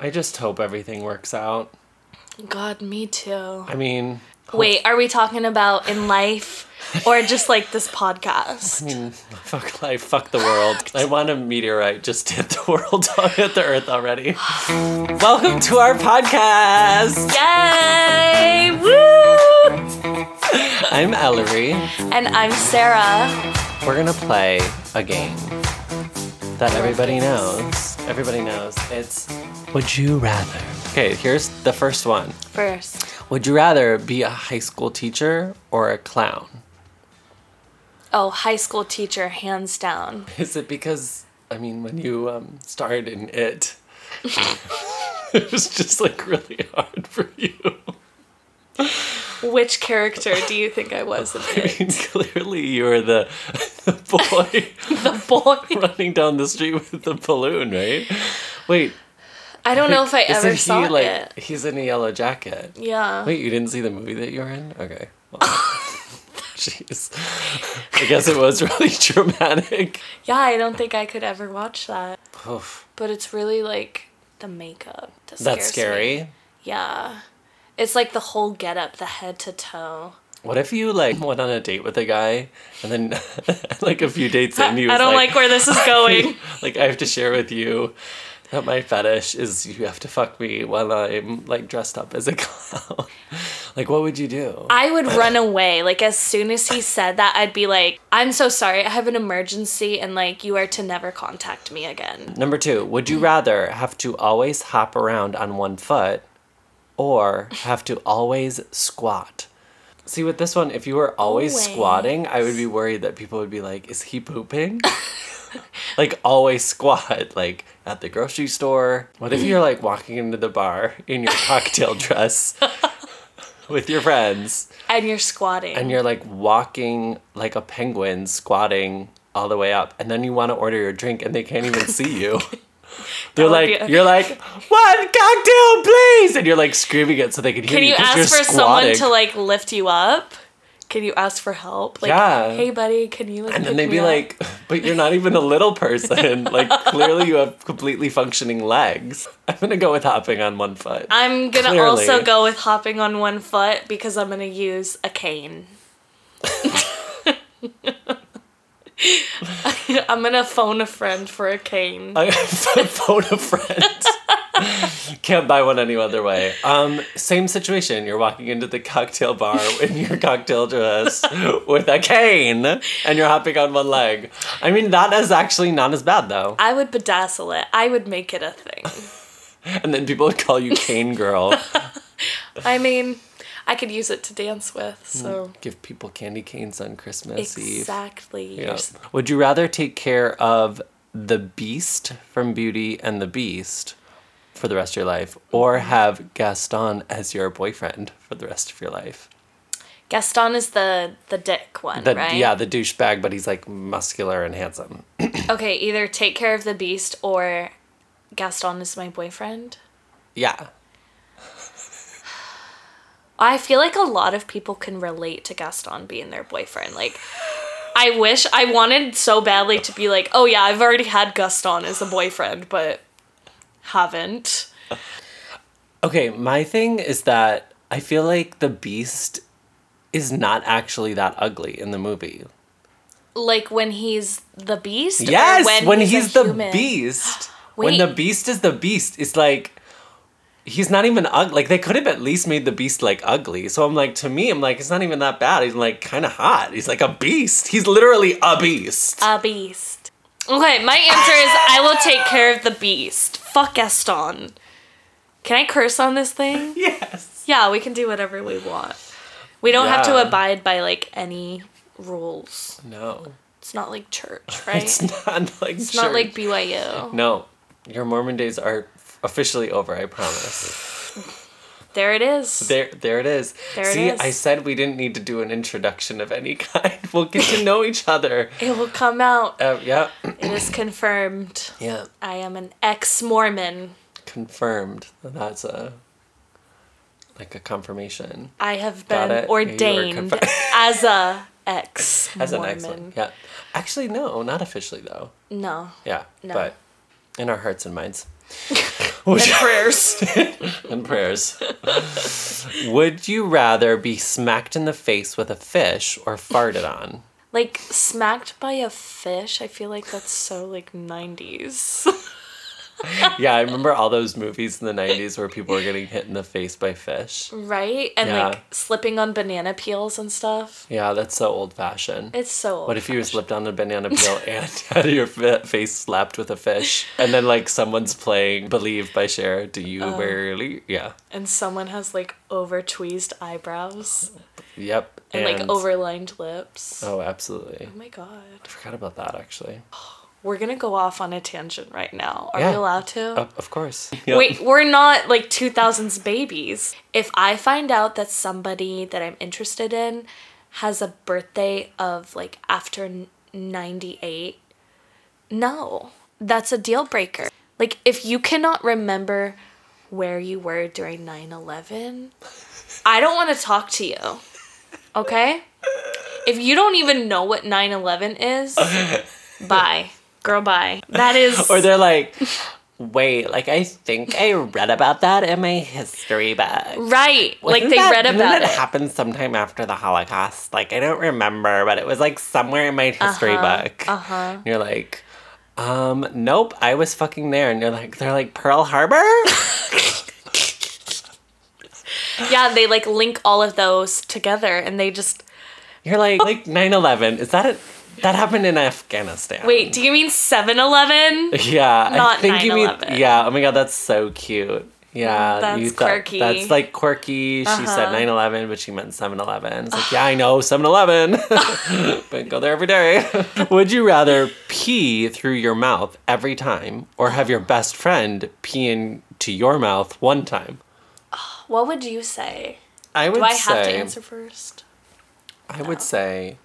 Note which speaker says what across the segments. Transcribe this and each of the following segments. Speaker 1: I just hope everything works out.
Speaker 2: God, me too.
Speaker 1: I mean, hope-
Speaker 2: Wait, are we talking about in life or just like this podcast?
Speaker 1: I mean, fuck life, fuck the world. I want a meteorite just hit the world, hit the earth already. Welcome to our podcast.
Speaker 2: Yay! Woo!
Speaker 1: I'm Ellery.
Speaker 2: And I'm Sarah.
Speaker 1: We're gonna play a game that everybody knows. Everybody knows. It's Would You Rather? Okay, here's the first one.
Speaker 2: First,
Speaker 1: Would you rather be a high school teacher or a clown?
Speaker 2: oh, high school teacher, hands down.
Speaker 1: Is it because I mean when you um, starred in it, it was just like really hard for you.
Speaker 2: Which character do you think I was? in
Speaker 1: I mean, clearly you were the, the boy
Speaker 2: The boy.
Speaker 1: running down the street with the balloon, right? Wait,
Speaker 2: I don't know if I
Speaker 1: isn't
Speaker 2: ever
Speaker 1: he
Speaker 2: saw
Speaker 1: like
Speaker 2: it. Oh.
Speaker 1: he's in a yellow jacket?
Speaker 2: Yeah.
Speaker 1: Wait, you didn't see the movie that you were in? Okay. Well, Jeez, I guess it was really dramatic.
Speaker 2: Yeah, I don't think I could ever watch that.
Speaker 1: Oof,
Speaker 2: But it's really like the makeup. That
Speaker 1: that's
Speaker 2: scares me.
Speaker 1: scary.
Speaker 2: Yeah. It's like the whole get up, the head to toe.
Speaker 1: What if you like went on a date with a guy and then like a few dates in you
Speaker 2: I don't like, where this is going.
Speaker 1: like I have to share with you that my fetish is you have to fuck me while I'm like dressed up as a clown. like what would you do?
Speaker 2: I would run away. Like as soon as he said that, I'd be like, "I'm so sorry. I have an emergency and like you are to never contact me again."
Speaker 1: Number 2, would you rather have to always hop around on one foot or have to always squat? See with this one, if you were always,
Speaker 2: Always.
Speaker 1: squatting, I would be worried that people would be like, "Is he pooping?" like always squat, like at the grocery store. What if you're like walking into the bar in your cocktail dress with your friends?
Speaker 2: And you're squatting.
Speaker 1: and you're like walking like a penguin squatting all the way up and then you want to order your drink and they can't even see you they're
Speaker 2: would
Speaker 1: like
Speaker 2: be-
Speaker 1: you're like one cocktail please and you're like screaming it so they can hear
Speaker 2: Can you
Speaker 1: you 'cause
Speaker 2: ask
Speaker 1: you're
Speaker 2: for someone
Speaker 1: squatting.
Speaker 2: to like lift you up? Can you ask for help? Like,
Speaker 1: Yeah.
Speaker 2: "Hey buddy, can you like
Speaker 1: and then
Speaker 2: pick
Speaker 1: they'd
Speaker 2: me
Speaker 1: be
Speaker 2: up?"
Speaker 1: like but you're not even a little person like clearly you have completely functioning legs i'm gonna go with hopping on one foot
Speaker 2: I'm gonna
Speaker 1: Clearly.
Speaker 2: also go with hopping on one foot because I'm gonna use a cane. I'm gonna phone a friend for a cane.
Speaker 1: I phone a friend. Can't buy one any other way. Um, same situation. You're walking into the cocktail bar in your cocktail dress with a cane, and you're hopping on one leg. I mean, that is actually not as bad though.
Speaker 2: I would bedazzle it. I would make it a thing.
Speaker 1: And then people would call you Cane Girl.
Speaker 2: I mean, I could use it to dance with. So
Speaker 1: Give people candy canes on Christmas Hmm. Eve.
Speaker 2: exactly.
Speaker 1: Yeah. Would you rather take care of the Beast from Beauty and the Beast for the rest of your life, or have Gaston as your boyfriend for the rest of your life?
Speaker 2: Gaston is the the dick one,
Speaker 1: The,
Speaker 2: right?
Speaker 1: Yeah, the douchebag, but he's like muscular and handsome.
Speaker 2: Okay, either take care of the beast or Gaston is my boyfriend.
Speaker 1: Yeah.
Speaker 2: I feel like a lot of people can relate to Gaston being their boyfriend. Like, I wish I wanted so badly to be like, oh yeah, I've already had Gaston as a boyfriend, but haven't.
Speaker 1: Okay, my thing is that I feel like the Beast is not actually that ugly in the movie.
Speaker 2: Like when he's the beast. or
Speaker 1: Yes, when, he's,
Speaker 2: a
Speaker 1: the
Speaker 2: human?
Speaker 1: beast. when the
Speaker 2: Wait.
Speaker 1: beast is the beast, it's like he's not even ugly. Like they could have at least made the beast like ugly. So I'm like, to me, I'm like, it's not even that bad. He's like kind of hot. He's like a beast. He's literally a beast.
Speaker 2: A beast. Okay, my answer is I will take care of the beast. Fuck Gaston. Can I curse on this thing?
Speaker 1: yes.
Speaker 2: Yeah, we can do whatever we want. We don't have
Speaker 1: Yeah.
Speaker 2: to abide by like any rules.
Speaker 1: No,
Speaker 2: It's not like church, right?
Speaker 1: it's not like
Speaker 2: It's not like BYU.
Speaker 1: no. Your Mormon days are officially over. I promise.
Speaker 2: There it is.
Speaker 1: There, there it is.
Speaker 2: There it
Speaker 1: See,
Speaker 2: is.
Speaker 1: I said we didn't need to do an introduction of any kind. We'll get to know each other.
Speaker 2: It will come out.
Speaker 1: Uh, yeah.
Speaker 2: It is confirmed.
Speaker 1: Yeah.
Speaker 2: I am an ex Mormon.
Speaker 1: confirmed that that's a like a confirmation
Speaker 2: I have
Speaker 1: Got
Speaker 2: been
Speaker 1: it. You were
Speaker 2: ordained
Speaker 1: confirmed.
Speaker 2: as a ex
Speaker 1: as an
Speaker 2: Mormon.
Speaker 1: excellent yeah actually no not officially though
Speaker 2: No.
Speaker 1: yeah
Speaker 2: No.
Speaker 1: but in our hearts and minds Would
Speaker 2: and
Speaker 1: you-
Speaker 2: prayers.
Speaker 1: and prayers. Would you rather be smacked in the face with a fish or farted on?
Speaker 2: like smacked by a fish. I feel like that's so like 90s.
Speaker 1: Yeah, I remember all those movies in the 90s where people were getting hit in the face by fish.
Speaker 2: Right? And
Speaker 1: Yeah.
Speaker 2: like slipping on banana peels and stuff.
Speaker 1: Yeah, that's so old fashioned.
Speaker 2: It's so
Speaker 1: What if you slipped on a banana peel and had your fa- face slapped with a fish? And then, like, someone's playing Believe by Cher. Do you
Speaker 2: Uh.
Speaker 1: really? Yeah.
Speaker 2: and someone has like over tweezed eyebrows
Speaker 1: Yep.
Speaker 2: and, like overlined lips.
Speaker 1: Oh, absolutely.
Speaker 2: Oh my god.
Speaker 1: I forgot about that, actually.
Speaker 2: We're going to go off on a tangent right now. Are we
Speaker 1: Yeah.
Speaker 2: allowed to?
Speaker 1: Of, of course. Yeah.
Speaker 2: Uh. Wait, we're not like 2000s babies. If I find out that somebody that I'm interested in has a birthday of like after n- 98, no, that's a deal breaker. Like, if you cannot remember where you were during 9 11, I don't want to talk to you. Okay? If you don't even know what 9 11 is, bye. Girl, bye. That is.
Speaker 1: Or they're like, wait, like, I think I read about that in my history book.
Speaker 2: Right. like
Speaker 1: Wasn't
Speaker 2: they
Speaker 1: that-
Speaker 2: read
Speaker 1: didn't that
Speaker 2: about it.
Speaker 1: happened sometime after the Holocaust. Like I don't remember, but it was like somewhere in my history book.
Speaker 2: Uh huh.
Speaker 1: And You're like, um, nope, I was fucking there. And you're like, they're like Pearl Harbor?
Speaker 2: Yeah, they like link all of those together and they just
Speaker 1: you're like, like 9-11. Is that it? That happened in Afghanistan.
Speaker 2: Wait, do you mean 7-Eleven?
Speaker 1: Yeah.
Speaker 2: Not
Speaker 1: I think you mean
Speaker 2: 9/11.
Speaker 1: yeah, oh my god, that's so cute. Yeah,
Speaker 2: Mm, That's
Speaker 1: you thought-
Speaker 2: quirky. Uh-huh.
Speaker 1: That's like quirky. She said 9 11, but she meant 7 11. It's like, yeah, I know, 7 11. but go there every day. Would you rather pee through your mouth every time or have your best friend pee into your mouth one time?
Speaker 2: What would you say?
Speaker 1: I would
Speaker 2: Do I
Speaker 1: say,
Speaker 2: have to answer first?
Speaker 1: I would say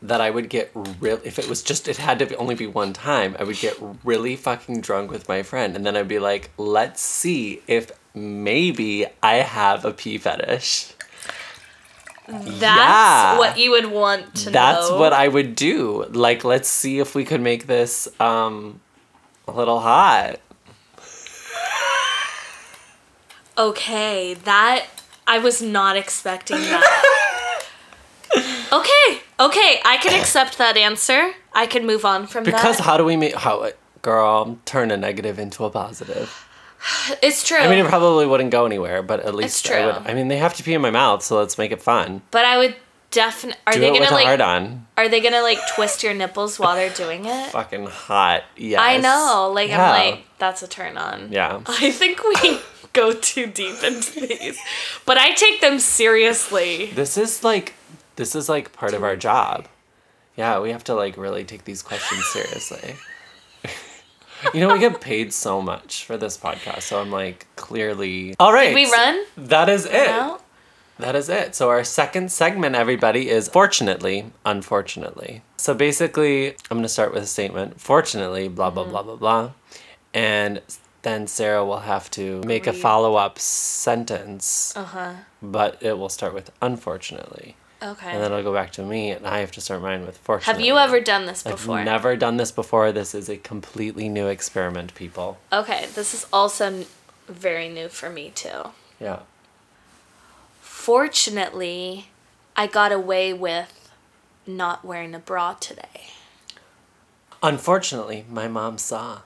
Speaker 1: that I would get real if it was just it had to be, only be one time. I would get really fucking drunk with my friend, and then I'd be like, "Let's see if maybe I have a pee fetish."
Speaker 2: That's
Speaker 1: Yeah.
Speaker 2: what you would want to
Speaker 1: That's
Speaker 2: know.
Speaker 1: what I would do. Like, let's see if we could make this um a little hot.
Speaker 2: Okay, that I was not expecting that. okay. Okay, I can accept that answer. I can move on from
Speaker 1: Because
Speaker 2: that.
Speaker 1: how do we make how girl turn a negative into a positive?
Speaker 2: It's true.
Speaker 1: I mean, it probably wouldn't go anywhere, but at least I would.
Speaker 2: Oh. true.
Speaker 1: I mean, they have to pee in my mouth, so let's make it fun.
Speaker 2: but I would definitely Are
Speaker 1: Do
Speaker 2: they
Speaker 1: it
Speaker 2: going
Speaker 1: with
Speaker 2: to
Speaker 1: a hard
Speaker 2: like
Speaker 1: on.
Speaker 2: Are they going to like twist your nipples while they're doing it?
Speaker 1: fucking hot. Yes.
Speaker 2: I know. Like
Speaker 1: Yeah.
Speaker 2: I'm like, that's a turn on.
Speaker 1: Yeah.
Speaker 2: I think we go too deep into these. But I take them seriously.
Speaker 1: This is like this is like part of our job. Yeah, we have to like really take these questions seriously. you know, we get paid so much for this podcast, so I'm like clearly All right.
Speaker 2: we run?
Speaker 1: That is it.
Speaker 2: No?
Speaker 1: That is it. So our second segment, everybody, is fortunately, unfortunately. So basically, I'm gonna start with a statement. Fortunately, blah
Speaker 2: Mm-hmm.
Speaker 1: blah blah blah blah, and then Sarah will have to make a
Speaker 2: Read.
Speaker 1: follow up sentence,
Speaker 2: Uh-huh.
Speaker 1: but it will start with unfortunately, and then
Speaker 2: Okay.
Speaker 1: it'll go back to me, and I have to start mine with fortunately.
Speaker 2: Have you ever done this
Speaker 1: I've
Speaker 2: before?
Speaker 1: never done this before. This is a completely new experiment, people.
Speaker 2: Okay, this is also n- very new for me too.
Speaker 1: Yeah.
Speaker 2: Fortunately, I got away with not wearing a bra today.
Speaker 1: Unfortunately, my mom saw.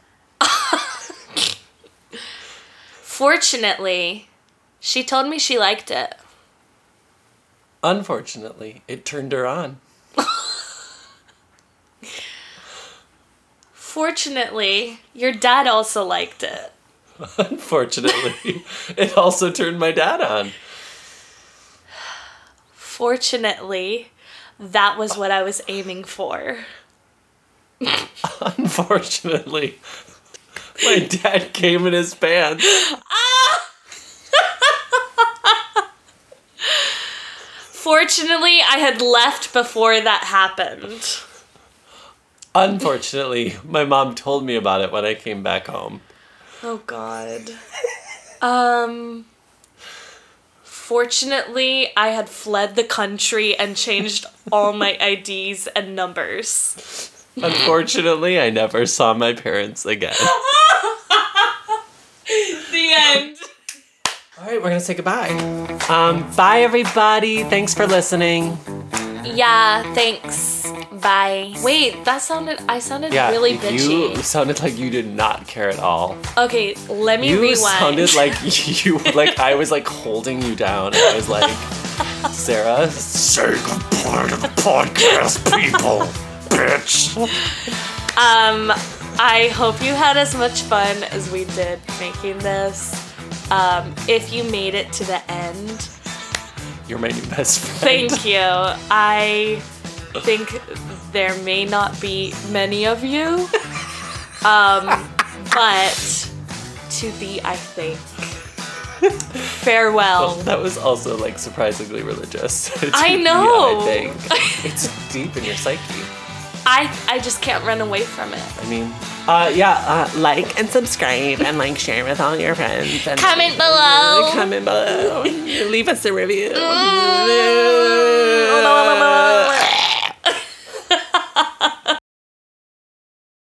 Speaker 2: Fortunately, she told me she liked it.
Speaker 1: Unfortunately, it turned her on.
Speaker 2: Fortunately, your dad also liked it.
Speaker 1: Unfortunately, it also turned my dad on.
Speaker 2: Fortunately, that was what I was aiming for.
Speaker 1: Unfortunately, my dad came in his pants.
Speaker 2: Fortunately, I had left before that happened.
Speaker 1: Unfortunately, my mom told me about it when I came back home.
Speaker 2: Oh god. Um Fortunately, I had fled the country and changed all my IDs and numbers.
Speaker 1: Unfortunately, I never saw my parents again. we're gonna say goodbye. Um, bye, everybody. Thanks for listening.
Speaker 2: Yeah, thanks. Bye. Wait, that sounded. I sounded
Speaker 1: Yeah,
Speaker 2: really
Speaker 1: you
Speaker 2: bitchy.
Speaker 1: sounded like you did not care at all.
Speaker 2: okay, let me
Speaker 1: you
Speaker 2: rewind.
Speaker 1: sounded like you like I was like holding you down. I was like, Sarah, say goodbye to the podcast people, bitch.
Speaker 2: um, I hope you had as much fun as we did making this. Um, if you made it to the end,
Speaker 1: You're my new best friend.
Speaker 2: Thank you. I think there may not be many of you. Um, but to thee, I think. Farewell.
Speaker 1: That was also like surprisingly religious. to
Speaker 2: I
Speaker 1: me,
Speaker 2: know.
Speaker 1: I think it's deep in your psyche.
Speaker 2: I, I just can't run away from it.
Speaker 1: I mean, uh, yeah, uh, like and subscribe and like share with all your friends. And
Speaker 2: Comment below.
Speaker 1: Comment below. Leave us a review.
Speaker 2: Mm.